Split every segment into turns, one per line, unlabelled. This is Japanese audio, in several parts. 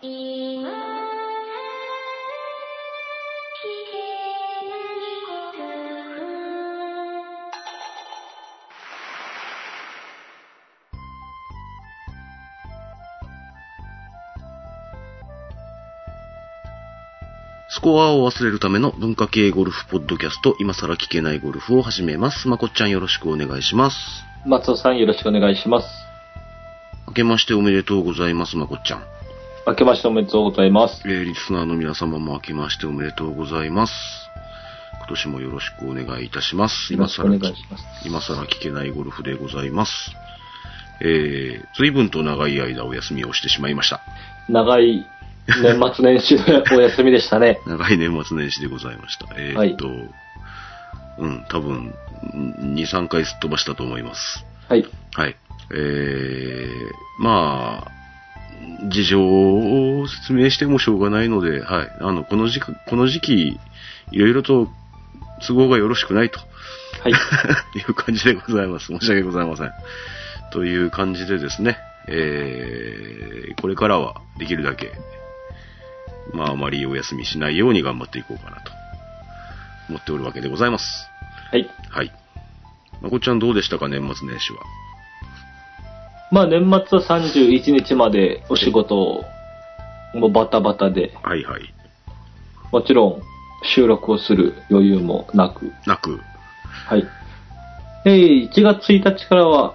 今聞けないこと
スコアを忘れるための文化系ゴルフポッドキャスト、今更聞けないゴルフを始めます。まこっちゃんよろしくお願いします。
松尾さんよろしくお願いします。
明けましておめでとうございます、まこっちゃん。
明けましておめでとうございます。
えー、リスナーの皆様も明けましておめでとうございます。今年もよろしくお願いいたします。
よろ
今
しくお願
更
いし
き、
ます。
今更聞けないゴルフでございます。えー、随分と長い間お休みをしてしまいました。
長い年末年始のお休みでしたね。
長い年末年始でございました。えー、っと、うん、多分、2、3回すっ飛ばしたと思います。
はい。
はい。えー、まあ、事情を説明してもしょうがないので、はい。あの、この時期、この時期、いろいろと都合がよろしくないと
はい。
いう感じでございます。申し訳ございません。という感じでですね、えー、これからはできるだけ、まあ、あまりお休みしないように頑張っていこうかなと思っておるわけでございます。
はい。
はい。まこっちゃんどうでしたか、年末年始は。
まあ年末は31日までお仕事を、もうバタバタで、
はいはい。
もちろん収録をする余裕もなく、
なく、
はい。えー、1月1日からは、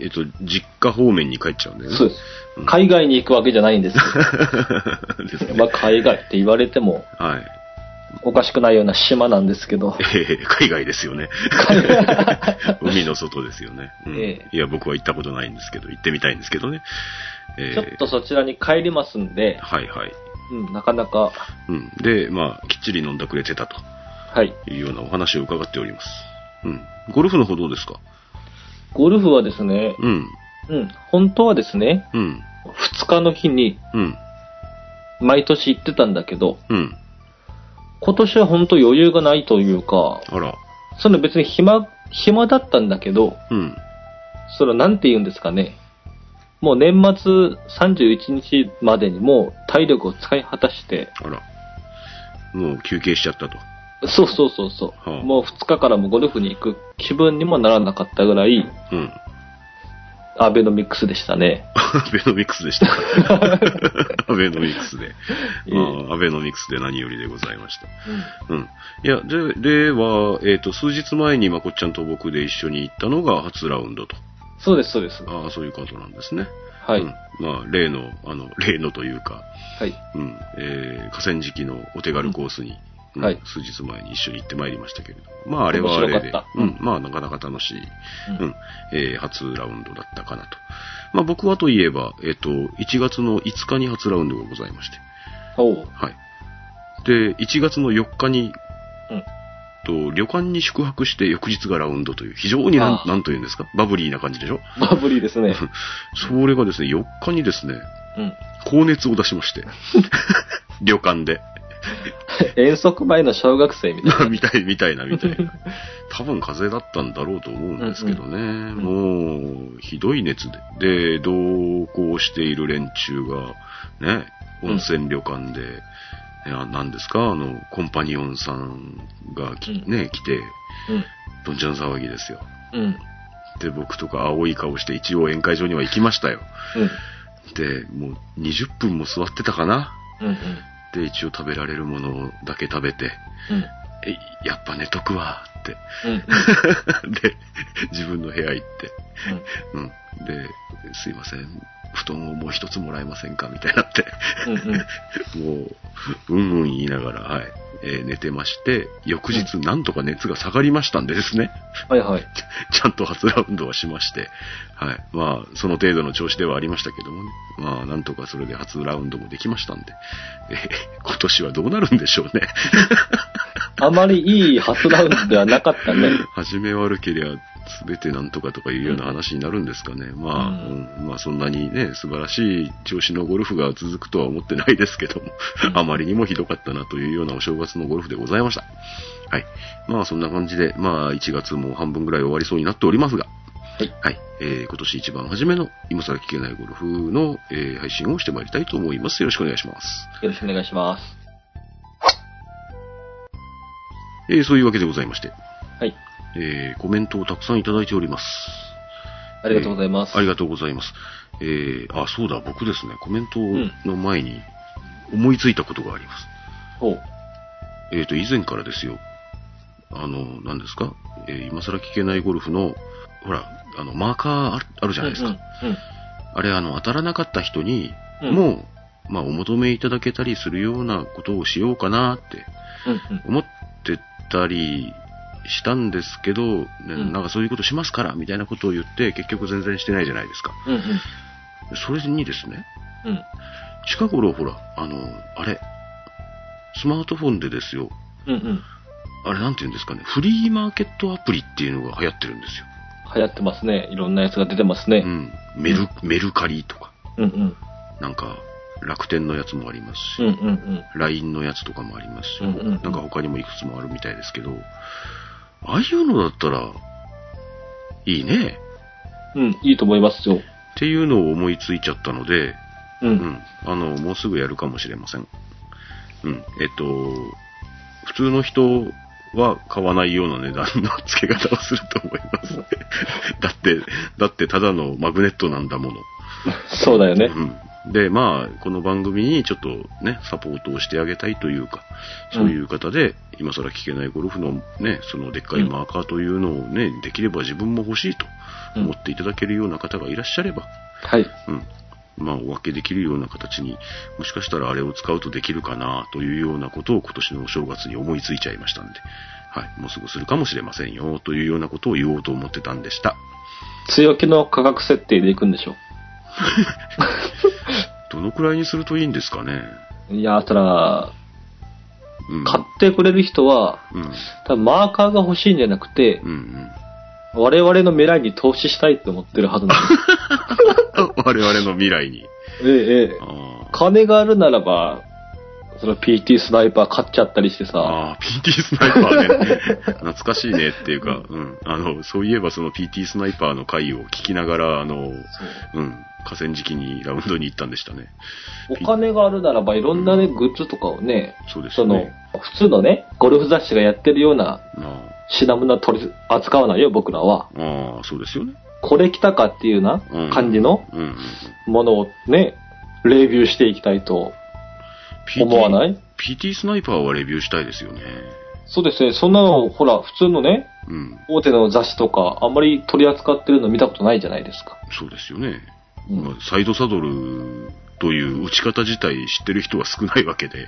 えっと、実家方面に帰っちゃうんだよね。
そうです
うん。
海外に行くわけじゃないんですけ
です
ど、
ね。
まあ海外って言われても
はい。
おかしくないような島なんですけど、
えー海外ですよ ね。海の外ですよね、うん
え
いや、僕は行ったことないんですけど、行ってみたいんですけどね。えー
ちょっとそちらに帰りますんで、
はいはい。
うん、なかなか、
うん。で、まあ、きっちり飲んだくれてた
はい。
というようなお話を伺っております。うん。ゴルフの方どうですか
ゴルフはですね、
うん。
うん、本当はですね、
うん。
2日の日に
うん。
毎年行ってたんだけど、
うん。
今年は本当余裕がないというか、
あら。
その別に暇、暇だったんだけど、
うん。
そのなんて言うんですかね、もう年末31日までにもう体力を使い果たして、
あら。もう休憩しちゃったと。
そうそうそうそう、
はあ
もう2日からもゴルフに行く気分にもならなかったぐらい、
うん。
アベノミックスでしたね。
アベノミクスで した。アベノミクスで。
ええ
ああアベノミクスで何よりでございました。うん。いや、で、では、えっ、と、数日前にまこっちゃんと僕で一緒に行ったのが初ラウンドと。
そうです、そうです。
ああ、そういうことなんですね。
はい。
うん、まあ、例の、あの、例のというか、
はい。
うん、えー河川敷のお手軽コースに、うん
はい
数日前に一緒に行ってまいりましたけれど、まあ、あれはあれ
面
で
白かっ、た
う
うん
ん、まあ、なかなか楽しい、う
うん
ん、えー初ラウンドだったかなと。まあ、僕はといえば、えっ、と、1月の5日に初ラウンドがございまして、
おう。
はい。で、1月の4日に、
うん
と旅館に宿泊して翌日がラウンドという、非常になん
あ、あ
なんというんですか、バブリーな感じでしょ
バブリーですね。
それがですね、4日にですね、
うん。
高熱を出しま して、旅館で。
遠足前の小学生みたい な。
みたい、みたいな、みたいな。多分風邪だったんだろうと思うんですけどね。
ん
もう、ひどい熱で。で、同行している連中が、ね、温泉旅館で、いや何ですか、あの、コンパニオンさんがき、
うん
ね、来て、
うん。
どんちゃん騒ぎですよ。
うん。うん。
で、僕とか青い顔して一応宴会場には行きましたよ。で、もう20分も座ってたかな。
うん。
で、一応食べられるものだけ食べて、
うん。
えい、やっぱ寝とくわーって。
うん。うん。
で、自分の部屋行って、うん。で、すいません、布団をもう一つもらえませんかみたいになって、
うん。う
も
ん。
う、うんうん言いながら、はい、えー寝てまして、翌日、なんとか熱が下がりましたんでですね、
はいはい。
ちゃんと初ラウンドはしまして、はい。まあ、その程度の調子ではありましたけどもね、まあ、なんとかそれで初ラウンドもできましたんで、えー今年はどうなるんでしょうね。
あまりいい初ラウンドではなかったね。
始め悪けりゃ全てなんとかとかいうような話になるんですかね。まあ、
う
うんまあそんなにね、素晴らしい調子のゴルフが続くとは思ってないですけども、
う ん
あまりにもひどかったなというようなお正月のゴルフでございました。はい。まあそんな感じで、まあ1月も半分ぐらい終わりそうになっておりますが、
はい。
はい。えー今年一番初めの今更聞けないゴルフの、えー配信をしてまいりたいと思います。よろしくお願いします。
よろしくお願いします。
えーそういうわけでございまして、
はい。
えーコメントをたくさんいただいております。
ありがとうございます。
ありがとうございます。えーあ、そうだ、僕ですね、コメントの前に思いついたことがあります。
ほう。
えっ、と、以前からですよ。あの、何ですか、えー今更聞けないゴルフの、ほら、あの、マーカーあるあるじゃないですか。
うん。
あれ、あの、当たらなかった人に、
うん
もう、まあ、お求めいただけたりするようなことをしようかなって
うん。うん。
思ってたりしたんですけど、ね
ん
なんかそういうことしますから、みたいなことを言って、結局全然してないじゃないですか。
うん。うん。
それにですね、
うん。
近頃ほら、あの、あれ、スマートフォンでですよ、
うん。うん。
あれなんて言うんですかね、フリーマーケットアプリっていうのが流行ってるんですよ。
流行ってますね。いろんなやつが出てますね
う。ん。メル、メルカリとか、
うん。うん。
なんか、楽天のやつもありますし、
うん。うん。
LINE のやつとかもありますし、
うんうんうん
なんか他にもいくつもあるみたいですけど、ああいうのだったら、いいね、
うん。うん。いいと思いますよ。
っていうのを思いついちゃったので、
う。
うんん。あの、もうすぐやるかもしれません。うん。えっと、普通の人は買わないような値段の付け方をすると思います。 だって、だってただのマグネットなんだもの。
そうだよね。
うん。で、まあ、この番組にちょっとね、サポートをしてあげたいというか、そういう方で、今更聞けないゴルフのね、そのでっかいマーカーというのをね、できれば自分も欲しいと思っていただけるような方がいらっしゃれば、
はい。
うん。まあ、お分けできるような形に、もしかしたらあれを使うとできるかな、というようなことを今年のお正月に思いついちゃいましたんで、はい。もうすぐするかもしれませんよ、というようなことを言おうと思ってたんでした。
強気の価格設定でいくんでしょ
どのくらいにするといいんですかね。
いや、たら、
うん。
買ってくれる人は、
うん。
多分マーカーが欲しいんじゃなくて、
うんうん。
我々の未来に投資したいって思ってるはずなんで
あ我々の未来に。
す。ええ、ええ
あ。ー
金があるならば、その PT スナイパー買っちゃったりしてさ、
あー、PT スナイパーね。 懐かしいねっていうか、うん。あの、そういえばその PT スナイパーの回を聞きながら、あの、うん、河川敷にラウンドに行ったんでしたね。
お金があるならば、いろんなね、グッズとかをね、
そうです
そ
よ
の
ね。、
普通のね、ゴルフ雑誌がやってるような
あ
品物取り扱わないよ、僕らは。
あああ、そうですよね。
これ来たかっていうな
うん、
感じの
うんうんうん。
ものをね、レビューしていきたいと
PT
思わない
?PT スナイパーはレビューしたいですよね。
そうですね、そんなの、ほら、普通のね、
うん、
大手の雑誌とか、あんまり取り扱ってるの見たことないじゃないですか。
そうですよね。
うん
まあサイドサドルという打ち方自体知ってる人は少ないわけで、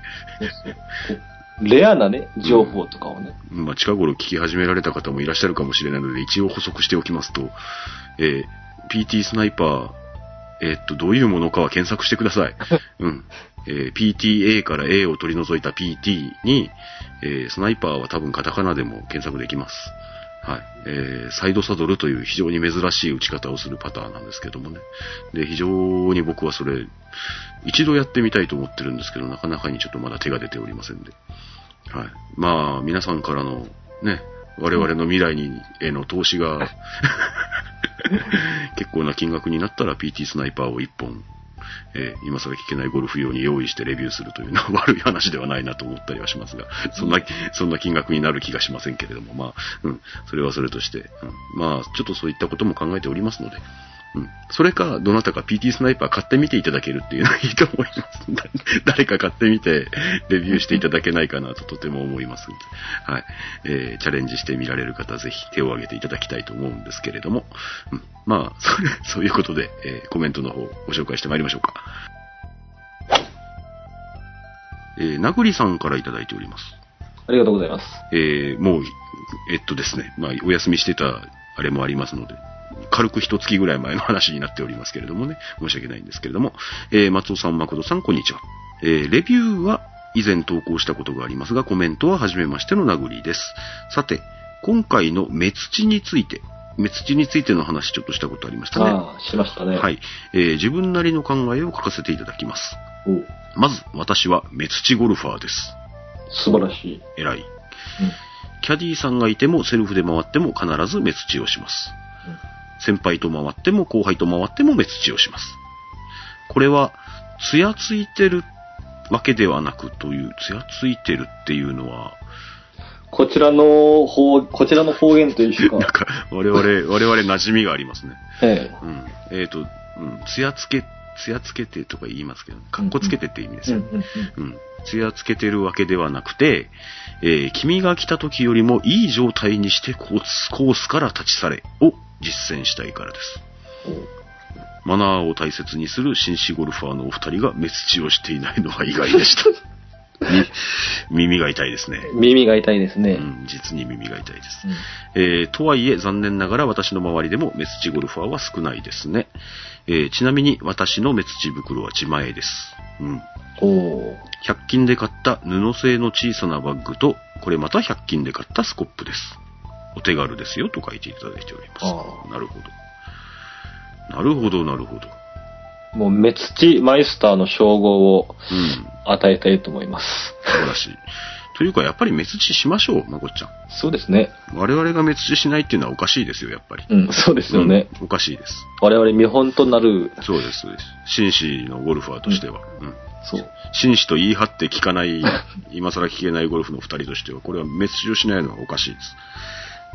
レアなね、情報とかをね。
まあ、近頃聞き始められた方もいらっしゃるかもしれないので、一応補足しておきますと、えー PT スナイパー、えーっと、どういうものかは検索してください。うん。えー PTA から A を取り除いた PT に、えースナイパーは多分カタカナでも検索できます。はい。えーサイドサドルという非常に珍しい打ち方をするパターンなんですけどもね。で、非常に僕はそれ、一度やってみたいと思ってるんですけど、なかなかにちょっとまだ手が出ておりませんで。はい。まあ、皆さんからの、ね、我々の未来に、への投資が、 結構な金額になったら PT スナイパーを1本、えー今更聞けないゴルフ用に用意してレビューするというのは 悪い話ではないなと思ったりはしますが、そんな、そんな金額になる気がしませんけれども、まあ、うん、それはそれとして、うん、まあ、ちょっとそういったことも考えておりますので、うん。それか、どなたか PT スナイパー買ってみていただけるっていうのがいいと思います。 だ誰か買ってみて、レビューしていただけないかなととても思いますんで。はい。えーチャレンジしてみられる方、ぜひ手を挙げていただきたいと思うんですけれども。うん。まあ、 それそういうことで、えーコメントの方、ご紹介してまいりましょうか。えー、なぐりさんからいただいております。
ありがとうございます。
えーもう、えっとですね、まあ、お休みしてたあれもありますので、軽く一月ぐらい前の話になっておりますけれどもね、申し訳ないんですけれども、えー松尾さん、誠さん、こんにちは。えーレビューは以前投稿したことがありますが、コメントは初めましてのなぐりです。さて、今回の目土について、目土についての話ちょっとしたことありましたね。
ああ、しましたね。
はい、えー自分なりの考えを書かせていただきます。
おう
まず、私は目土ゴルファーです。
素晴らしい。
偉い。キャディーさんがいてもセルフで回っても必ず目土をします。先輩と回っても後輩と回っても目つちをします。これは、つやついてるわけではなくという、つやついてるっていうのは、
こちらの方、こちらの方言という
なん
か、
か、我々、我々馴染みがありますね。
ええ、
うん。えっ、と、うん、つやつけ、つやつけてとか言いますけど、かっこつけてって意味です
うん
よ。
うんうん。
うん。つやつけてるわけではなくて、えー君が来た時よりもいい状態にしてコースコースから立ち去れを実践したいからです。マナーを大切にする紳士ゴルファーのお二人が目つちをしていないのは意外でした。み耳が痛いですね。
耳が痛いですね。
うん、実に耳が痛いです。
うん
えーとはいえ残念ながら私の周りでもメスチゴルファーは少ないですね。えーちなみに私のメスチ袋は自前です。うん。
おー
100均で買った布製の小さなバッグと、これまた100均で買ったスコップです。お手軽ですよと書いていただいておりま
あ
す。なるほど。なるほど、なるほど。
もう、目つちマイスターの称号を
うん。
与えたいと思います。
素晴らしい。というか、やっぱり目つちしましょう、まこっちゃん。
そうですね。
我々が目つちしないっていうのはおかしいですよ、やっぱり。
うん、そうですよね。
うんおかしいです。
我々見本となる、
そうです、そうです。紳士のゴルファーとしては。うん。
そう。
紳士と言い張って聞かない、今更聞けないゴルフの二人としては、これは滅をしないのはおかしいです。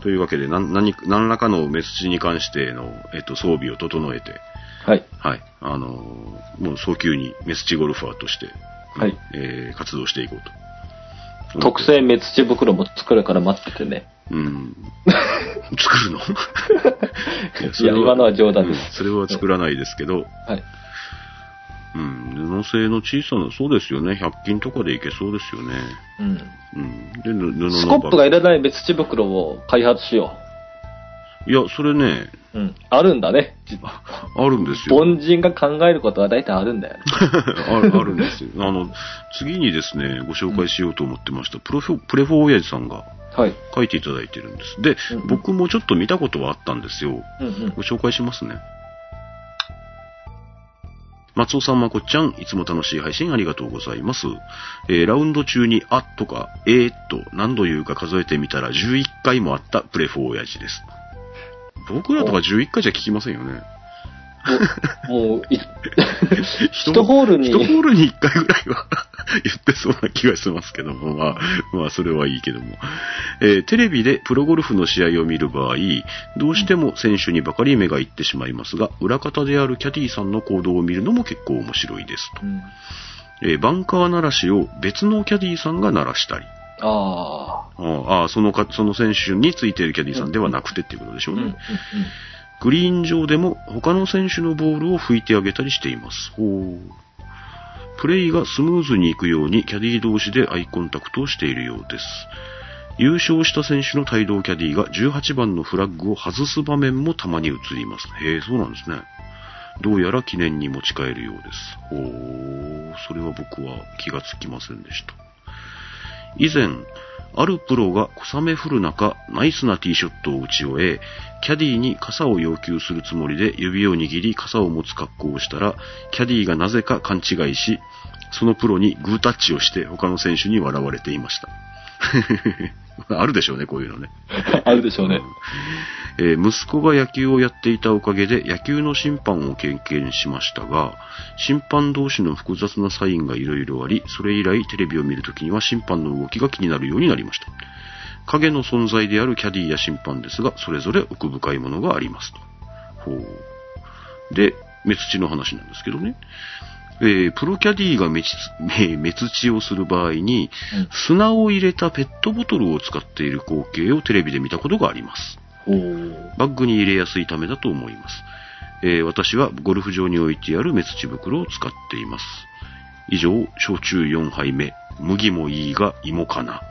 というわけで、なん何か何らかの滅地に関しての、えっと、装備を整えて、
はい。
はい、あのーもう早急に滅地ゴルファーとして、
はい
えー活動していこうと。
特製目つち袋も作るから待っててね。
うん。作るのいそれ
いや今のは冗談です
うんそれは作らないですけど、
はい。
うん、布製の小さな、そうですよね、100均とかでいけそうですよね。
うん。
うん。で、ぬ布の
スコップ
バ
が
ッ
いらない目つち袋を開発しよ
グいや、それね、
う。うん。あるんだね。
あるんですよ。
凡人が考えることは大体あるんだよね。
あるあるんですよ。あの、次にですね、ご紹介しようと思ってました、プロフォ、プレフォー親父さんが
はい。
書いていただいてるんです。で、
うん
僕もちょっと見たことはあったんですよ。
うんうん
ご。紹介しますね。松尾さん、まこっちゃん、いつも楽しい配信ありがとうございます。えーラウンド中に、あとか、えーっと、何度言うか数えてみたら11回もあったプレフォー親父です。僕らとか11回じゃ聞きませんよね。
もう、い
一
一ホールに
一、ホールに1回ぐらいは 言ってそうな気がしますけども、まあ、まあ、それはいいけども。えーテレビでプロゴルフの試合を見る場合、どうしても選手にばかり目がいってしまいますが、裏方であるキャディーさんの行動を見るのも結構面白いですと。
うん
えーバンカー鳴らしを別のキャディーさんが鳴らしたり、
ああ。
あーあー、そのか、その選手についているキャディーさんではなくてっていうことでしょ
う
うんね。
うんうん。
グリーン上でも他の選手のボールを拭いてあげたりしています。ほう。プレイがスムーズにいくようにキャディー同士でアイコンタクトをしているようです。優勝した選手の帯同キャディーが18番のフラッグを外す場面もたまに映ります。へえ、そうなんですね。どうやら記念に持ち帰るようです。ほう。それは僕は気がつきませんでした。以前、あるプロが小雨降る中、ナイスなティーショットを打ち終え、キャディーに傘を要求するつもりで指を握り傘を持つ格好をしたら、キャディーがなぜか勘違いし、そのプロにグータッチをして他の選手に笑われていました。 あるでしょうね、こういうのね。
あるでしょうね。
えー息子が野球をやっていたおかげで野球の審判を経験しましたが、審判同士の複雑なサインがいろいろあり、それ以来テレビを見るときには審判の動きが気になるようになりました。影の存在であるキャディーや審判ですが、それぞれ奥深いものがありますと。ほう。で、目つちの話なんですけどね。えープロキャディーが目つ 目つちをする場合に、砂を入れたペットボトルを使っている光景をテレビで見たことがあります。
うん。お
バッグに入れやすいためだと思います。えー私はゴルフ場に置いてある目つち袋を使っています。以上、焼酎4杯目、麦もいいが芋かな。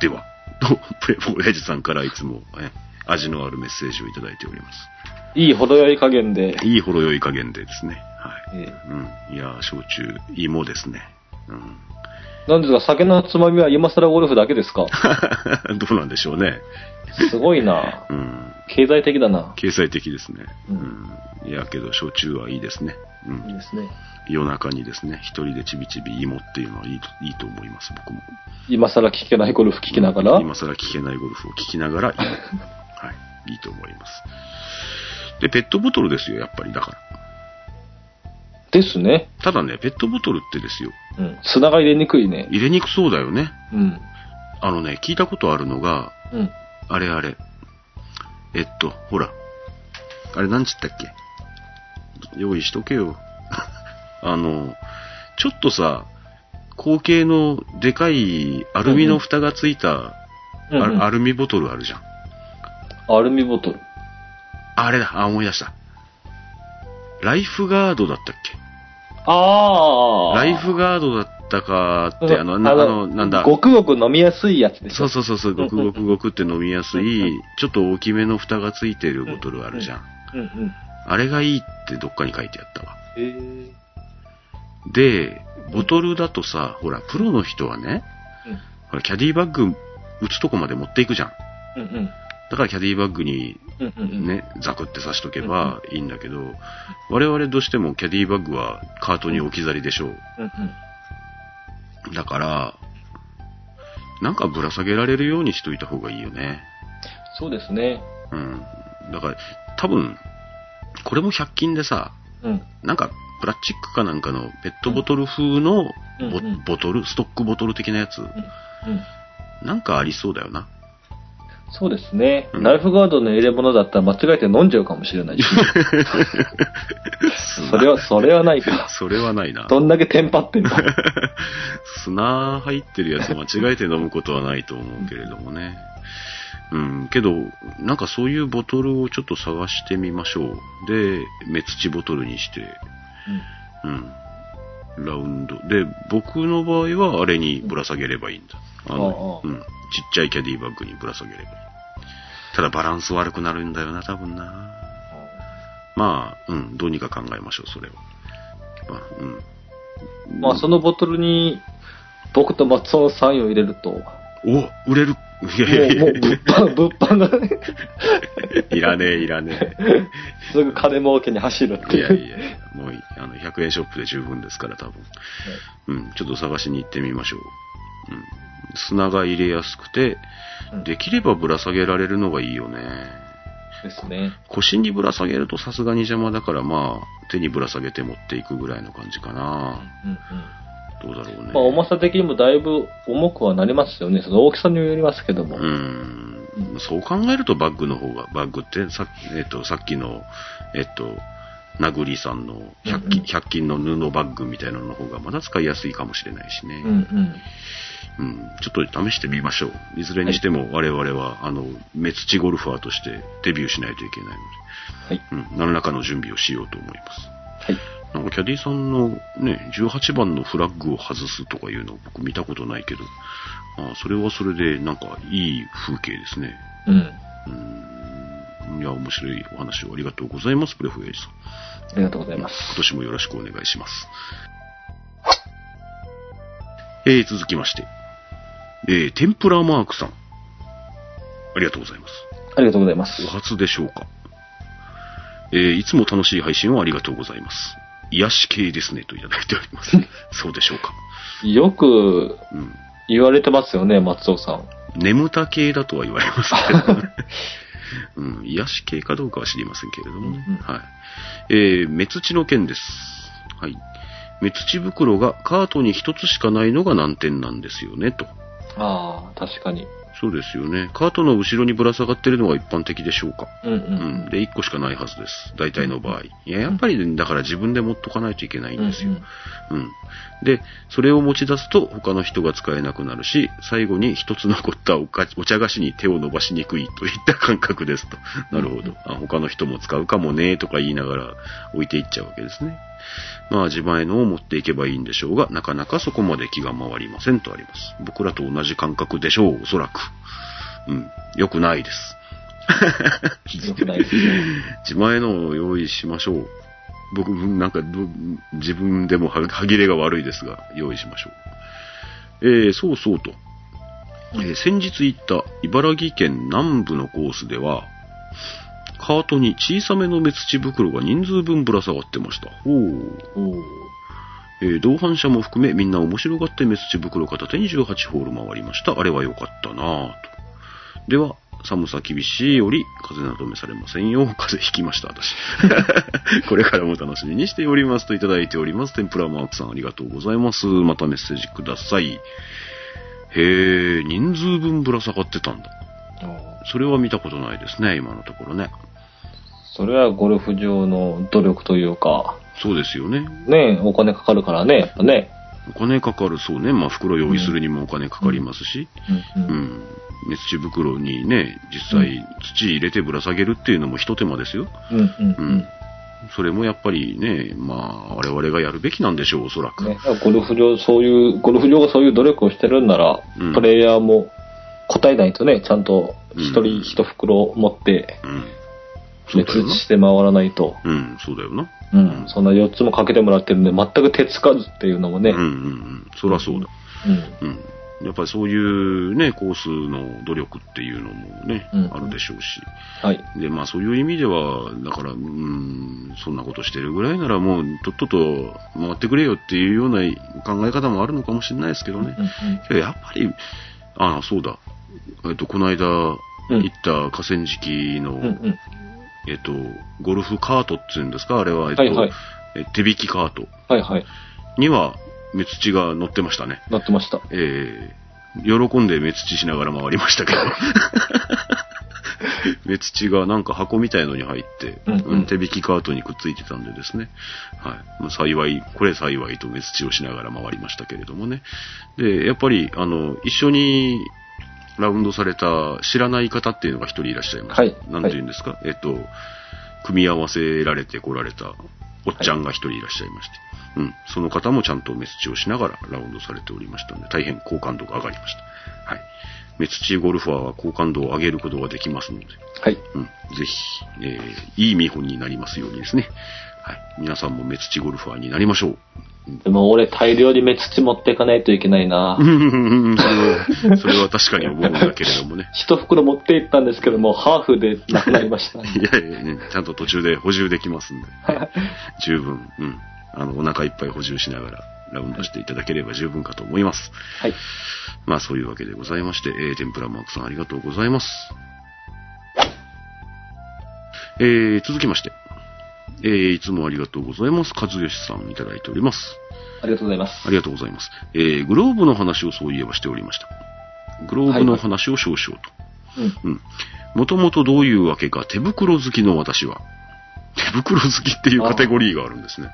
では、と、プレボ親父さんからいつも、え味のあるメッセージをいただいております。
いい程よい加減で。
いいほろ酔い加減でですね。はい。
え
うん。いやー、焼酎、芋ですね。うん。
えなんですが、酒のつまみは今更ゴルフだけです か
どうなん でしょうね。
すごいな。
うん。
経済的だな。
経済的ですね。う
うんん。
いやけど、焼酎はいいですね。うん
いい。ですね。
夜中にですね、一人でちびちび芋っていうのはいいといいと思います、僕も。
今更聞けないゴルフ聞きながら。
今更聞けないゴルフを聞きながら芋。はい、いいと思います。で、ペットボトルですよ、やっぱり、だから。
ですね。
ただね、ペットボトルってですよ、
うん。砂が入れにくいね。
入れにくそうだよね。
うん。
あのね、聞いたことあるのが、
うん。
あれあれ。えっと、ほら。あれ、なんつったっけ用意しとけよ。 あの、ちょっとさ、後継のでかいアルミの蓋がついた
うん
アル,、
うん
アルミボトルあるじゃん。
アルミボトル。
あれだ、あ、思い出した。ライフガードだったっけ
ああ。
ライフガードだったか
う
っ
ん
て、あの、なあのなんだ。
ごくごく飲みやすいやつでし
そ
ょ。
うそうそうそう、ごくごくごくって飲みやすい、ちょっと大きめの蓋がついてるボトルあるじゃん。
うんうん。
あれがいいってどっかに書いてあったわ。
えー
で、ボトルだとさ、ほら、プロの人はね、ほらキャディバッグ打つとこまで持っていくじゃん。
うんうん
だからキャディバッグに
うんうんうん。
ね、ザクって刺しとけばいいんだけど、我々どうしてもキャディバッグはカートに置き去りでしょう。
うんうん。
だから、なんかぶら下げられるようにしといた方がいいよね。
そうですね。
うん。だから、多分、これも100均でさ、
うん。
なんか、プラスチックかなんかのペットボトル風のボ,、
うんうんうん
ボトル、ストックボトル的なやつ、
うんうん。
なんかありそうだよ な。
そうですね。
うん
ライフガードの入れ物だったら間違えて飲んじゃうかもしれ ないし。それは、それはないか。
それはないな。
どんだけテンパってんの
砂入ってるやつ間違えて飲むことはないと思うけれどもね。うん、けど、なんかそういうボトルをちょっと探してみましょう。で、目土ボトルにして、うん。ラウンド。で、僕の場合はあれにぶら下げればいいんだ。あの、
ああ
うん。ちっちゃいキャディバッグにぶら下げればいい。ただバランス悪くなるんだよな、多分な。まあ、うん、どうにか考えましょう、それを。まあ、うん。
まあ、そのボトルに、僕と松尾さんを入れると、も、
お、売れる。いうやいやい
もう
や
物販、物販がね、
いらねえ、いらね
すぐ金儲けに走るっ
え。
て
い
い
や
う。
いやいや、もういいあの、100円ショップで十分ですから、多分。うん、ちょっと探しに行ってみましょう。うん。砂が入れやすくて、
うん
できればぶら下げられるのがいいよね。
ですね。
腰にぶら下げるとさすがに邪魔だから、まあ、手にぶら下げて持っていくぐらいの感じかな。
うんうん。
どうだろうね。
まあ、重さ的にもだいぶ重くはなりますよね。その大きさにもよりますけども。
うん。そう考えるとバッグの方が、バッグってさっき、えっと、さっきの、えっと、なぐりさんの100
うんう
均
ん
,100 均の布バッグみたいなのの方がまだ使いやすいかもしれないしね。
うんうん。
うん、ちょっと試してみましょう。いずれにしても我々は、あの、目土ゴルファーとしてデビューしないといけない
はい。
ので、うん、何らかの準備をしようと思います。
はい。
なんかキャディさんのね、18番のフラッグを外すとかいうのを僕見たことないけど、あそれはそれでなんかいい風景ですね。
うん。
うん、いや、面白いお話をありがとうございます、プレフエイジさん。
ありがとうございます。
今年もよろしくお願いします。えー、続きまして、えー、天ぷらマークさん。ありがとうございます。
ありがとうございます。
お初でしょうか。えー、いつも楽しい配信をありがとうございます。癒し系ですね、といただいており ます。そうでしょうか。
よく
うん。
言われてますよね、松尾さん。
眠た系だとは言われますけ ど、うん、癒し系かどうかは知りませんけれどもね。
うんうん
はい。えー、目土の件です。はい。目土袋がカートに一つしかないのが難点なんですよね、と。
ああ、確かに。
そうですよね。カートの後ろにぶら下がってるのが一般的でしょうか。
うんう
うんん。。で、一個しかないはずです。大体の場合。いや、やっぱりね、だから自分で持っとかないといけないんですよ。うん。で、それを持ち出すと他の人が使えなくなるし、最後に一つ残ったおかお茶菓子に手を伸ばしにくいといった感覚ですと。 なるほど。あ他の人も使うかもねとか言いながら置いていっちゃうわけですね。まあ自前のを持っていけばいいんでしょうが、なかなかそこまで気が回りませんとあります。僕らと同じ感覚でしょう、おそらく。うん。良くないです。
よくないですね。
自前のを用意しましょう。僕、なんか、ど自分でもは歯切れが悪いですが、用意しましょう。えー、そうそうと。えー先日行った茨城県南部のコースでは、カートに小さめの目土袋が人数分ぶら下がってました。ほう。
おー
えー同伴者も含めみんな面白がってメスチ袋片手に18ホール回りました。あれは良かったなぁと。では、寒さ厳しいより、風邪など召されませんよ。風邪ひきました、私。これからも楽しみにしておりますといただいております。天ぷらマークさん、ありがとうございます。またメッセージください。へえ、人数分ぶら下がってたんだ。それは見たことないですね、今のところね。
それはゴルフ場の努力というか、
そうですよね。
ねえ、お金かかるからね、やっぱね。
お金かかる、そうね。まあ、袋用意するにもお金かかりますし、
うん
う
うん
ん。熱地袋にね、実際土入れてぶら下げるっていうのも一手間ですよ。
うんうん
う
うん
ん。それもやっぱりね、まあ、我々がやるべきなんでしょう、おそらく。
ね、ゴルフ場、そういう、ゴルフ場がそういう努力をしてるんなら、
うん
プレイヤーも答えないとね、ちゃんと一
うん
人一袋持って、
うん。そう
熱
だよ
打
な
ち。して回らないと、
うん、そうだよな。
うん、そんな4つもかけてもらってるんで、全く手つかずっていうのもね、
うんうんうん。そらそうだ。
うん
うん。やっぱりそういうね、コースの努力っていうのもね、
うん
あるでしょうし。
はい、
で、まあそういう意味では、だから、うん、そんなことしてるぐらいならもう、とっとと回ってくれよっていうような考え方もあるのかもしれないですけどね
う。ん
いややっぱり、ああ、そうだ。えっと、この間、
うん
行った河川敷の、
うんうん
えっと、ゴルフカートっていうんですかあれは、えっと、
はいはい
え手引きカート
はいはい、
には、目土が乗ってましたね。
なってました。
えー、喜んで目土しながら回りました けど。目土がなんか箱みたいのに入って、
うんうん
手引きカートにくっついてたんでですね。はい。まあ、幸い、これ幸いと目土をしながら回りましたけれどもね。で、やっぱり、あの、一緒にラウンドされた知らない方っていうのが一人いらっしゃいました。
はい
なんて言うんですか、えっと、組み合わせられてこられたおっちゃんが一人いらっしゃいまして、うん、その方もちゃんと目土をしながらラウンドされておりましたので、大変好感度が上がりました。はい。目土ゴルファーは好感度を上げることができますので、
はい、
うん、ぜひ、えー、いい見本になりますようにですね。はい。皆さんも目土ゴルファーになりましょう。
でも俺大量に目土持っていかないといけないな
う。んそれはそれは確かに思うんだけれどもね。
一袋持っていったんですけども、ハーフでなくなり ました。
いやいやいや、ちゃんと途中で補充できますんで、十分、うん。あの、お腹いっぱい補充しながら、ラウンドしていただければ十分かと思います。
はい、
まあ、そういうわけでございまして、えー、天ぷらマークさんありがとうございます。えー、続きまして、えー、いつもありがとうございます。和義さんいただいております。
ありがとうございます。
ありがとうございます。えー、グローブの話をそういえばしておりました。グローブの話を少々と。
うん、
うん。もともとどういうわけか手袋好きの私は、手袋好きっていうカテゴリーがあるんですね。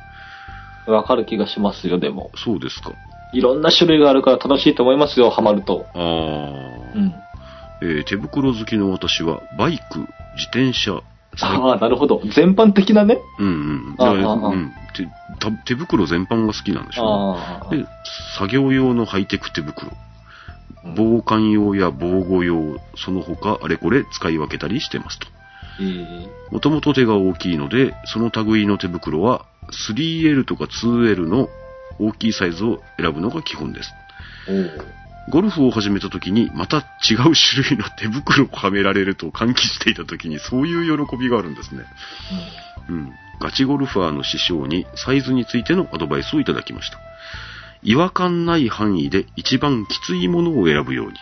わかる気がしますよ、でも。
そうですか。
いろんな種類があるから楽しいと思いますよ、ハマると。
ああ、
うん。
えー手袋好きの私は、バイク、自転車、サイ
ああ、なるほど。全般的なね。
うんうん。だか
ああ
ら
ああ
うん、手た手袋全般が好きなんでしょ
あ
うね、で、作業用のハイテク手袋、
あ、うん
防寒用や防護用、その他あれこれ使い分けたりしてますと。
えー
もともと手が大きいので、その類の手袋は 3L とか 2L の大きいサイズを選ぶのが基本です。
おう
ゴルフを始めた時にまた違う種類の手袋をはめられると歓喜していた時にそういう喜びがあるんですね。うん。ガチゴルファーの師匠にサイズについてのアドバイスをいただきました。違和感ない範囲で一番きついものを選ぶように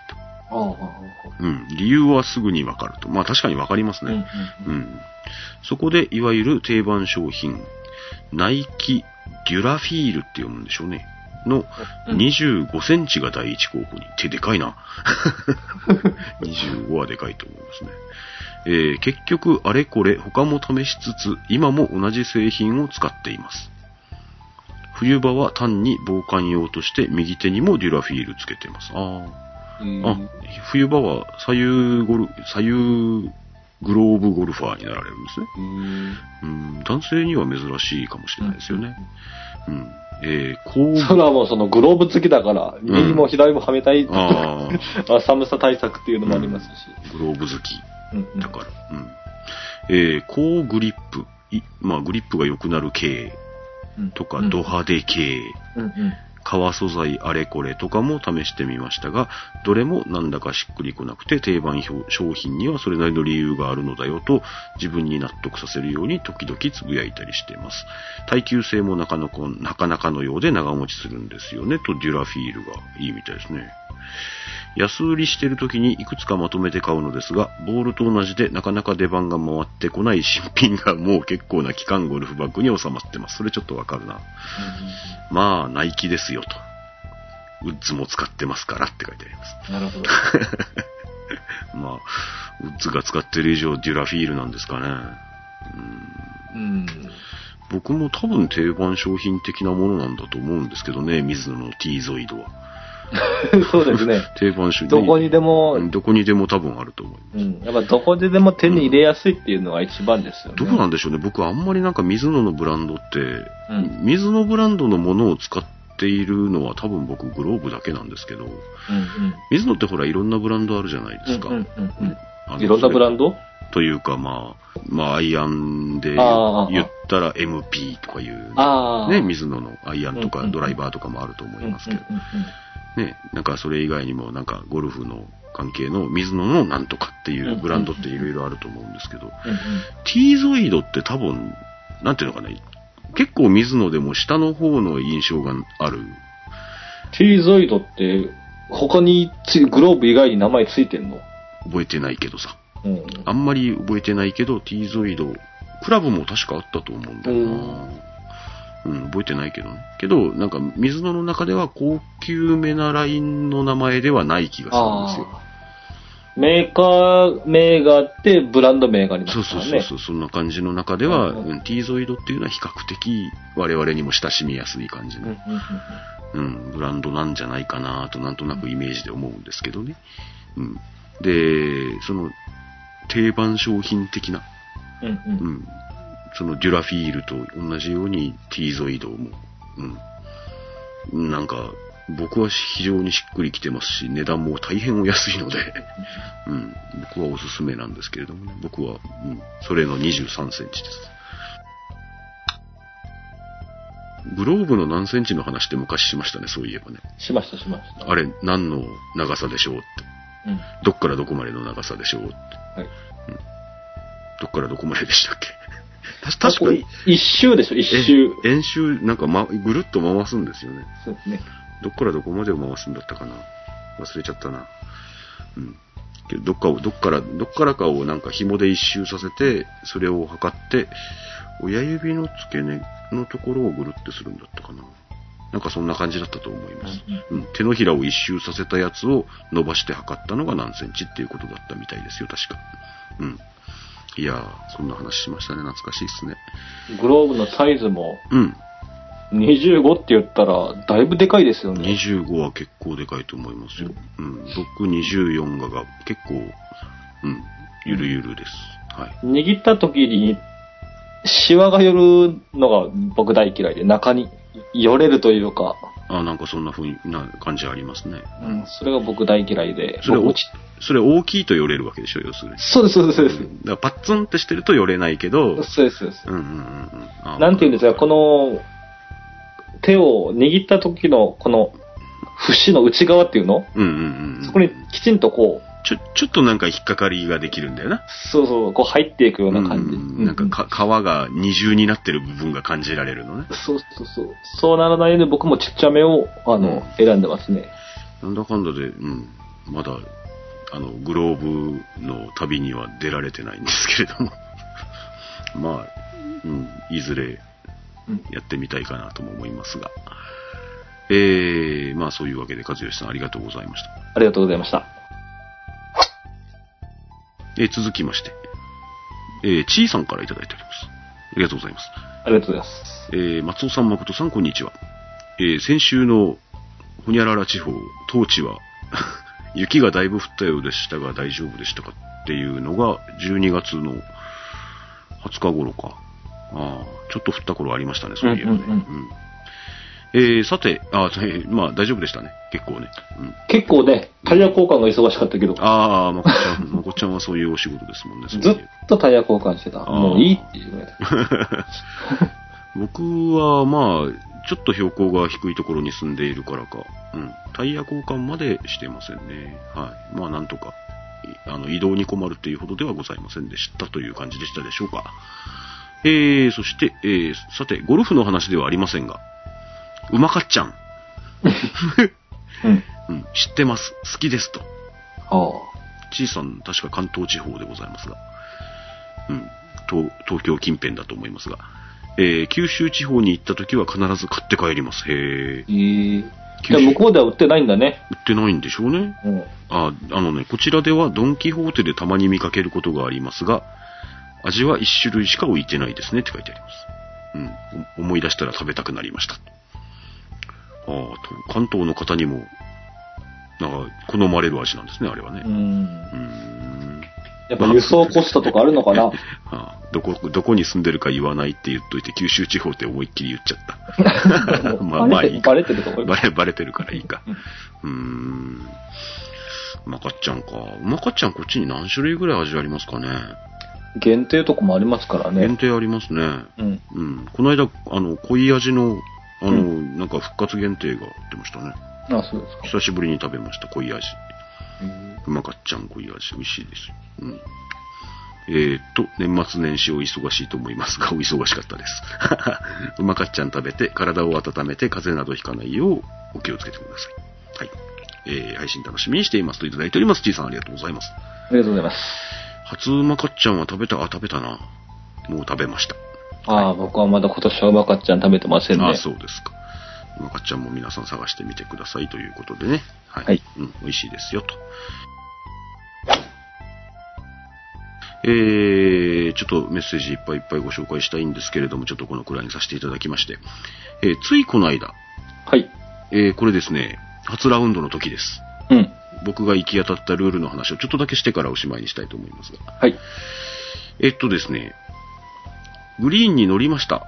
うんああああ
と。うん。理由はすぐにわかると。まあ確かにわかります
ああ、
ね。うん。そこで、いわゆる定番商品、ナイキデュラフィールって読むんでしょうね。の
うん
25センチが第一候補に。手でかいな。25はでかいと思いますね。えー結局、あれこれ他も試しつつ、今も同じ製品を使っています。冬場は単に防寒用として右手にもデュラフィールつけてます。ああ。
うん
あ、冬場は左右ゴル、左右グローブゴルファーになられるんですね。
うん
うん、男性には珍しいかもしれないですよね。うん。えー、後
それはもうそのグローブ付きだから、右も左もはめたい、
ああ、
あ寒さ対策っていうのもありますし。
グローブ好き
うんうん
だから。うん。えー、高グリップ、いまあ、グリップが良くなる系
うん
とか
う、ん
ド派手系、
うんうん
革素材あれこれとかも試してみましたが、どれもなんだかしっくりこなくて定番商品にはそれなりの理由があるのだよと自分に納得させるように時々つぶやいたりしています。耐久性もなかなかなかなかのようで長持ちするんですよねとデュラフィールがいいみたいですね。安売りしてる時にいくつかまとめて買うのですが、ボールと同じでなかなか出番が回ってこない新品がもう結構な期間ゴルフバッグに収まってます。それちょっとわかるな。まあ、ナイキですよと。ウッズも使ってますからって書いてあります。
なるほど。
まあ、ウッズが使ってる以上デュラフィールなんですかね。
うん。
僕も多分定番商品的なものなんだと思うんですけどね、水野の T ゾイドは。
そうですね。
定番商品。
どこにでも、
うんどこにでも多分あると思う。
うん、やっぱどこででも手に入れやすいっていうのが一番ですよね。
どうなんでしょうね。僕あんまりなんか水野のブランドって、
うん
水野ブランドのものを使っているのは多分僕グローブだけなんですけど、
うん
水野ってほらいろんなブランドあるじゃない
うん
ですか。
うんうんうん
あの
いろんなブランド
というか、まあ、まあ、アイアンで言
あー
言ったら MP とかいう、
ああ。
ね、水野のアイアンと
うん
か
うん
ドライバーとかもあると思
うんう
い
ん
ますけど、
うん
ね、なんかそれ以外にも、なんかゴルフの関係の水野のなんとかっていうブランドっていろいろあると思うんですけど、
うんうん
T ゾイドって多分、なんていうのかね、結構水野でも下の方の印象がある。
T ゾイドって、他についグローブ以外に名前ついてんの
覚えてないけどさ。
うん。
あんまり覚えてないけど、T ゾイド、クラブも確かあったと思うんだよな。うん、覚えてないけどね。けど、なんか、水野の中では高級めなラインの名前ではない気がするんですよ。
ああ。メーカー名があって、ブランド名があります
そうそう
から
そう
ね。
そう、そんな感じの中では、
うん
うん、T ゾイドっていうのは比較的我々にも親しみやすい感じ
うんう
の
ん、うんうん
うん、ブランドなんじゃないかなとなんとなくイメージで思うんですけどね。うん、で、その定番商品的な、
うんうん
うん、そのデュラフィールと同じように T ゾイドも、うん、なんか僕は非常にしっくりきてますし、値段も大変お安いので、 うん、僕はおすすめなんですけれどもね、僕は、うん、それの23センチです。グローブの何センチの話って昔しましたね、そういえばね。
しました、しました。
あれ、何の長さでしょうって。
うん。
どっからどこまでの長さでしょうって。
はい
どっからどこまででしたっけた確かに、
一周でしょ、一周。
え円周、なんか、ま、ぐるっと回すんですよね。
そうですね。
どっからどこまでを回すんだったかな。忘れちゃったな。うん。けど、どっかを、どっから、どっからかをなんか紐で一周させて、それを測って、親指の付け根のところをぐるってするんだったかな。なんかそんな感じだったと思います。うん。手のひらを一周させたやつを伸ばして測ったのが何センチっていうことだったみたいですよ、確か。うん。いやー、そんな話しましたね。懐かしいっすね。
グローブのサイズも、
うん。
25って言ったら、だいぶでかいですよね。
25は結構でかいと思いますよ。うん。僕24がが結構、うん、ゆるゆるです。はい。
握った時に、シワが寄るのが僕大嫌いで、中に寄れるというか、
あ、なんかそんなふうな感じありますね。
うん、それが僕大嫌いで、
それ
僕
お
ち
それ大きいとよれるわけでしょ、要するに。
そうです、そうです、そうで
うんだからパッツンってしてるとよれないけど、
す。そうです、そうです
うんうんうんうん。あ
なんていうんですか、こ、
わ
の、手を握った時の、この、節の内側っていうの
かるうんうんうん。
そこにきちんとこう、
ちょ、ちょっとなんか引っかかりができるんだよな。
そうそう、こう入っていくような感じ。
うんうんなんかか皮が二重になってる部分が感じられるのね。
そうそうそう。そうならないように僕もちっちゃめを、あの、
うん
選んでますね。
なんだかんだで、うん、まだ、あの、グローブの旅には出られてないんですけれども、 まあ、うん、いずれ
うん
やってみたいかなとも思いますが、えー、まあそういうわけで、和義さんありがとうございました。
ありがとうございました。
えー続きまして、えー、ちいさんからいただいております。ありがとうございます。
ありがとうございます。
えー松尾さん、誠さん、こんにちは。えー先週のほにゃらら地方、当地は 雪がだいぶ降ったようでしたが大丈夫でしたかっていうのが12月の20日頃か。ああ、ちょっと降った頃ありましたね、そういえばね。
うんうんうん
うんえーさて、あーえー まあ大丈夫でしたね、結構ね。うん、
結構ね、タイヤ交換が忙しかったけど、
ああ、まこっちゃん、まこっちゃんはそういうお仕事ですもんね、そうい
ず
えば
っとタイヤ交換してた。
あー
もういいっていうぐらいだ
僕はまあ、ちょっと標高が低いところに住んでいるからか、うん、タイヤ交換までしてませんね。はい。まあ、なんとか、いあの、移動に困るっていうほどではございませんでしたという感じでしたでしょうか。えー、そして、えー、さて、ゴルフの話ではありませんが、うまかっちゃん。
うん。
うん、知ってます。好きですと。
あ
小さな、確か関東地方でございますが。うん、東東京近辺だと思いますが。えー九州地方に行った時は必ず買って帰ります。へえ。
ええ
九
で
州
も向こうでは売ってないんだね。
売ってないんでしょうね。
うん。
あ、あのね、こちらではドン・キホーテでたまに見かけることがありますが、味は一種類しか置いてないですねって書いてあります。うん。お思い出したら食べたくなりました。ああ、と関東の方にも、なんか、好まれる味なんですね、あれはね。
うん
うーん。
やっぱ輸送コストとかあるのかな
ああどこ、どこに住んでるか言わないって言っといて、九州地方って思いっきり言っちゃった。 まあまあいいか
バレてるとこ
バレ、バレてるからいいか。うーん。うまかっちゃんか。うまかっちゃんこっちに何種類ぐらい味ありますかね。
限定とかもありますから
限
ね。
定ありますね。
うん。
うん。この間、あの、濃い味の、あの、
う
なんか復活限定が出ましたね。
あ、そうですか。
久しぶりに食べました、濃い味。
うん
うまかっちゃん濃い味、美味しいです。うん。えー、っと、年末年始お忙しいと思いますが、お忙しかったです。う まかっちゃん食べて、体を温めて、風邪などひかないよう、お気をつけてください。はい。えー、配信楽しみにしていますといただいております。T さんありがとうございます。
ありがとうございます。
初うまかっちゃんは食べた、あ、食べたな。もう食べました。
ああ、僕はまだ今年はうまかっちゃん食べてませんね。
あ、そうですか。うまかっちゃんも皆さん探してみてくださいということでね。はい。
はい
うん、美味しいですよ、と。えー、ちょっとメッセージいっぱいいっぱいご紹介したいんですけれども、ちょっとこのくらいにさせていただきまして、えーついこの間、
はい。
えーこれですね、初ラウンドの時です。
うん。
僕が行き当たったルールの話をちょっとだけしてからおしまいにしたいと思いますが。
はい。
えっとですね、グリーンに乗りました。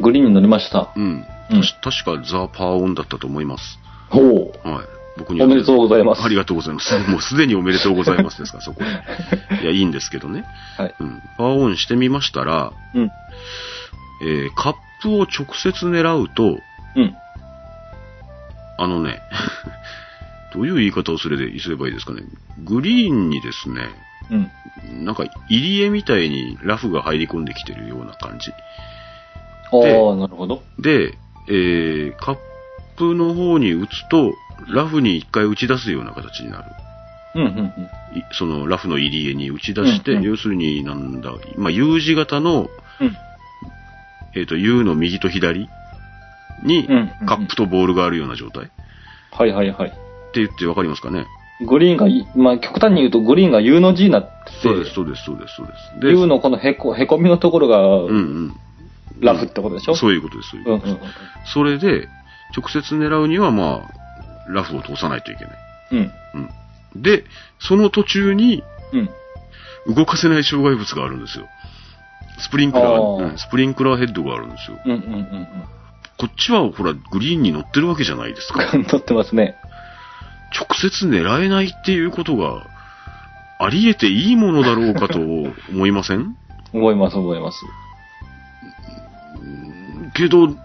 グリーンに乗りました。
うん。
うん
たし確かザ・パーオンだったと思います。
ほう。
はい。僕
おめでとうございます
ありがとうございます。 もうすでにおめでとうございますですから、そこで。いや、いいんですけどね。
はい。
うん。パワーオンしてみましたら、
うん。
えーカップを直接狙うと、
うん。
あのね、 どういう言い方をすればすればいいですかね。グリーンにですね、
うん。
なんか入り江みたいにラフが入り込んできてるような感じ。
ああ、なるほど。
で、えーカップの方に打つと、ラフに一回打ち出すような形になる。
うん、うん、
いそのラフの入り江に打ち出して、
うんうん
要するになんだ、まあ、U 字型の、
うん。
えっ、と、U の右と左に
うんうんうん
カップとボールがあるような状態って
はいはいはい。
言ってわかりますかね
グリーンがい、まあ極端に言うとグリーンが U の字になってて、
そうです、そうです、そうです、そうです。で、
U のこのへこ、へこみのところ
うんう
が
ん。
ラフってことでしょ、
そういうことです、そういう
うん、う
こ
ん
とです。それで、直接狙うには、まあ、ラフを通さないといけない。
うん。うん。
うん。で、その途中に
うん。
動かせない障害物があるんですよ。スプリンクラー
あー
うん、スプリンクラーヘッドがあるんですよ。
うん、うん、うん
こっちは、ほら、グリーンに乗ってるわけじゃないですか。
うん。乗ってますね。
直接狙えないっていうことがあり得ていいものだろうかと思いませ ん
覚えます、覚えます。
けど、ど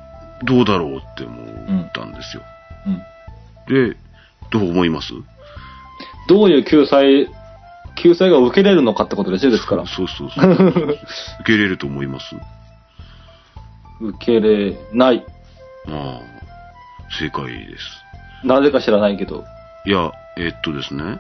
うだろうって思ったんですよ。
うん。
で、どう思います
どういう救済、救済が受けれるのかってことでしょですから。
そうそうそう。受け入れると思います。
受けれない。
ああ、正解です。
なぜか知らないけど。
いや、えっとですね、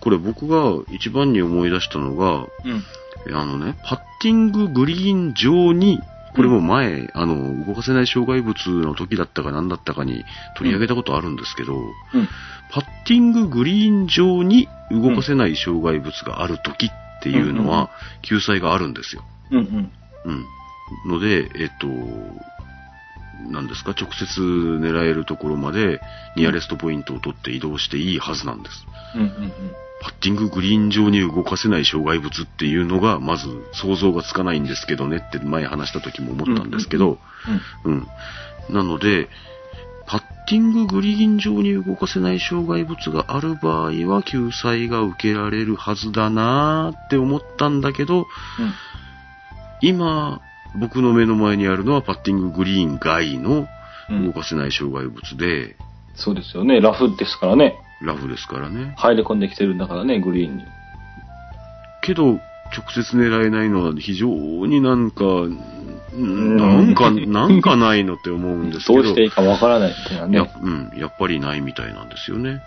これ僕が一番に思い出したのが、
うん。うん。
えあのね、パッティンググリーン上に、これも前、あの、動かせない障害物の時だったか何だったかに取り上げたことあるんですけど、
うん。
パッティンググリーン上に動かせない障害物がある時っていうの
うんうん
は、救済があるんですよ。
うん、うん。
うん。ので、えっと、なんですか、直接狙えるところまでニアレストポイントを取って移動していいはずなんです。
うん、うん、
パッティンググリーン上に動かせない障害物っていうのが、まず想像がつかないんですけどねって前話した時も思ったんですけど、うん。なので、パッティンググリーン上に動かせない障害物がある場合は救済が受けられるはずだなーって思ったんだけど、
うん。
今、僕の目の前にあるのはパッティンググリーン外の
うん。う
動
ん。
かせない障害物で、
そうですよね。ラフですからね。
ラフですからね。
入り込んできてるんだからね、グリーンに。
けど、直接狙えないのは非常になんか、
ん
なんか、なんかないのって思うんですけ
ど
ど、
うしていいかわからないっていうのはね。
やうん、やっぱりないみたいなんですよね。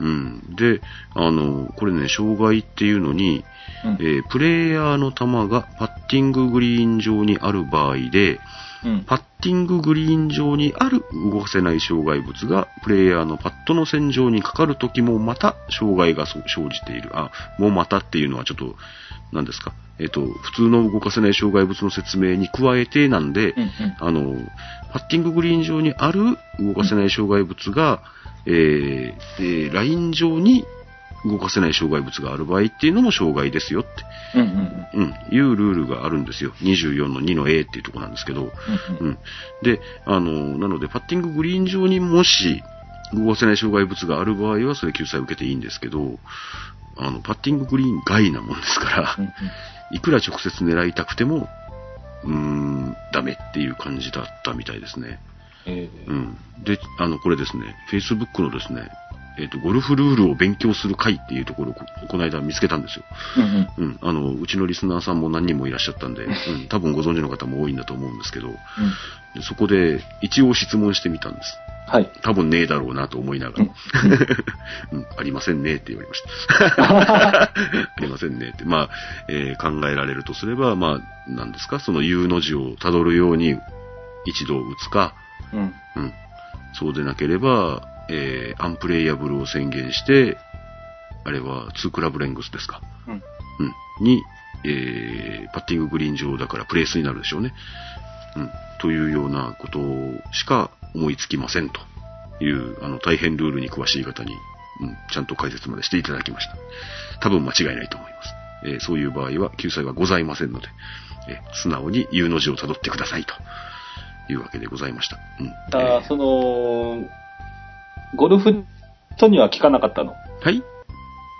う
うん。で、あの、これね、障害っていうのに、
んうん
えープレイヤーの球がパッティンググリーン上にある場合で、
うん
パッティンググリーン上にある動かせない障害物がプレイヤーのパッドの線上にかかるときもまた障害がそ生じている。あ、もうまたっていうのはちょっと、何ですか。えっ、と、普通の動かせない障害物の説明に加えてなんで、
うんうん
あの、パッティンググリーン上にある動かせない障害物が、えーえーライン上に動かせない障害物がある場合っていうのも障害ですよって、
うんうんうん
うん、いうルールがあるんですよ。24の2の A っていうところなんですけど、
うん
うん。で、あの、なので、パッティンググリーン上にもし、動かせない障害物がある場合は、それ救済を受けていいんですけど、あの、パッティンググリーン外なもんですから
う、ん
いくら直接狙いたくても、うーん、ダメっていう感じだったみたいですね。
え
う
ー
ん。で、あの、これですね、Facebook のですね、えっ、と、ゴルフルールを勉強する会っていうところをこ、この間見つけたんですよ。
うん
うん。あの、うちのリスナーさんも何人もいらっしゃったんで、うん、多分ご存知の方も多いんだと思うんですけど、
うん
でそこで一応質問してみたんです。
はい。
多分ねえだろうなと思いながら。うん、 ありませんねって言われま した。ありませんねって。まあ、えー考えられるとすれば、まあ、なんですか、その U の字をたどるように一度打つか、
うん
うん、そうでなければ、えーアンプレイヤブルを宣言して、あれは2クラブレングスですか。
うん
うん、に、えーパッティンググリーン上だからプレースになるでしょうね。うん、というようなことしか思いつきませんという、あの、大変ルールに詳しい方に、うん、ちゃんと解説までしていただきました。多分間違いないと思います。えーそういう場合は救済はございませんので、えー素直に U の字をたどってくださいというわけでございました。うん、
あ
え
ー
ー
その、ゴルフ人には聞かなかったの。
はい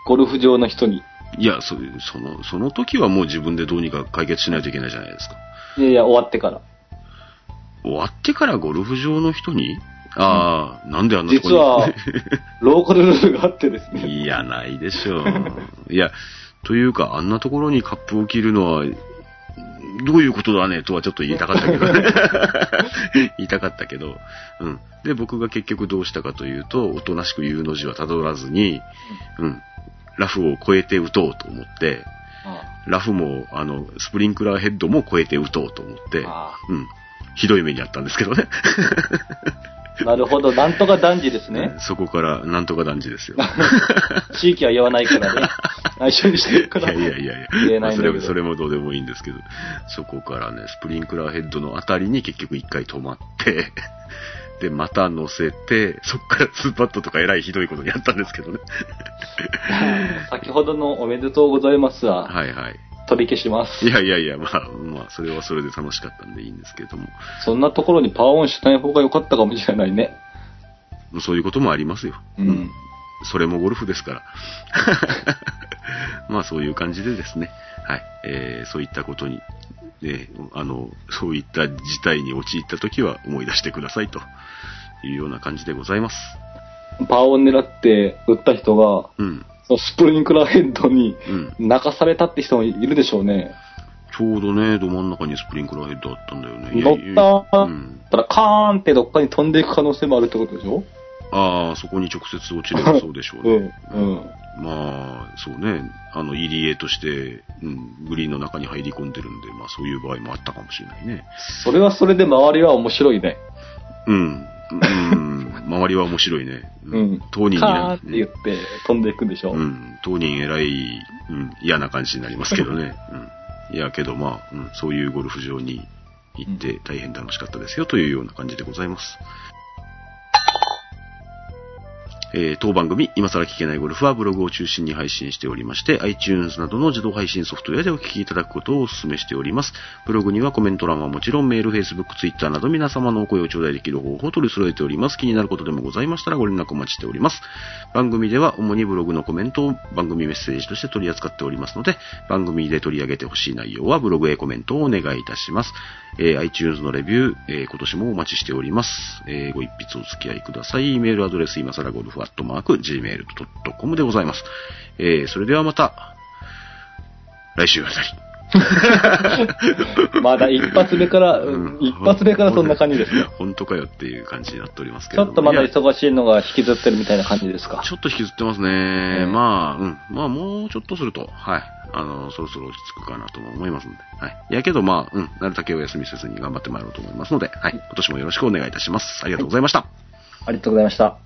ゴルフ場の人に。
いやそ、その、その時はもう自分でどうにか解決しないといけないじゃないですか。
いやいや、終わってから。
終わってからゴルフ場の人にああ、なんであんなとこ
実
に
は、 ローカルルールがあってです ね。
いや、ないでしょう。いや、というか、あんなところにカップを切るのは、どういうことだねとはちょっと言いたかったけど、 言いたかったけど、うん。で、僕が結局どうしたかというと、おとなしく U の字はたどらずに、うん、ラフを越えて打とうと思って、
あ
ラフも、あの、スプリンクラーヘッドも越えて打とうと思って、
あ
うん。ひどい目にあったんですけどね。
なるほど、なんとか男児です ね。
そこから、なんとか団地 ですよ。
地域は言わないから ね。内緒にしてるから。
いやいやいやいや
言え
ま
な
あ
いん
そ
だけ
れ
ど。
それもどうでもいいんですけど、そこからね、スプリンクラーヘッドのあたりに結局一回止まって、 で、また乗せて、そこからツーパットとかえらいひどいことにあったんですけ どね。
先ほどのおめでとうございますは、
はいはい。
取り消します
い。やいやいや、まあ、まあ、それはそれで楽しかったんでいいんですけども、
そんなところにパーオンしない方が良かったかもしれないね。
そういうこともありますよ。
うん。
それもゴルフですから。 まあそういう感じでですね、はい、えーそういったことに、えーあの、そういった事態に陥った時は思い出してくださいというような感じでございます。
パーオン狙って撃った人が、
うん、
そのスプリンクラーヘッドに
うん。
泣かされたって人もいるでしょうね。
ちょうどね、ど真ん中にスプリンクラーヘッドあったんだよね。いや
乗った
うん。
ただ、カーンってどっかに飛んでいく可能性もあるってことでしょ
ああ、そこに直接落ちればそうでしょう
う
ね。
ん。うん。
まあ、そうね、あの、入り江として、うん、グリーンの中に入り込んでるんで、まあそういう場合もあったかもしれないね。
それはそれで周りは面白いね。
うん。うん。 周りは面白いね。
うん。
当人に
カーン
な
って言って飛んでいくんでしょ、
うん。当人偉い、うん、嫌な感じになりますけど ね。うん。いや、けどまあ、うん、そういうゴルフ場に行って大変楽しかったですよというような感じでございます。えー当番組、今更聞けないゴルフはブログを中心に配信しておりまして、iTunes などの自動配信ソフトウェアでお聞きいただくことをお勧めしております。ブログにはコメント欄はもちろん、メール、Facebook、Twitter など皆様のお声を頂戴できる方法を取り揃えております。気になることでもございましたらご連絡お待ちしております。番組では主にブログのコメントを番組メッセージとして取り扱っておりますので、番組で取り上げてほしい内容はブログへコメントをお願いいたします。えー iTunes のレビュー、えー今年もお待ちしております。えーご一筆お付き合いください。メールアドレス、今更ゴルフアットマーク、gmail.com でございます。えーそれではまた。来週あたり。
まだ一発目から、
うん
一発目からそんな感じですね。
本当かよっていう感じになっておりますけ
ち
れ
ょ
ども
っとまだ
いや
忙しいのが引きずってるみたいな感じですか。
ちょっと引きずってますね。
え
まあ、うん。まあ、もうちょっとすると、はい。あの、そろそろ落ち着くかなとも思いますので。はい。いやけど、まあ、うん。なるだけお休みせずに頑張ってまいろうと思いますので、はい。今年もよろしくお願いいたします。ありがとうございました。
ありがとうございました。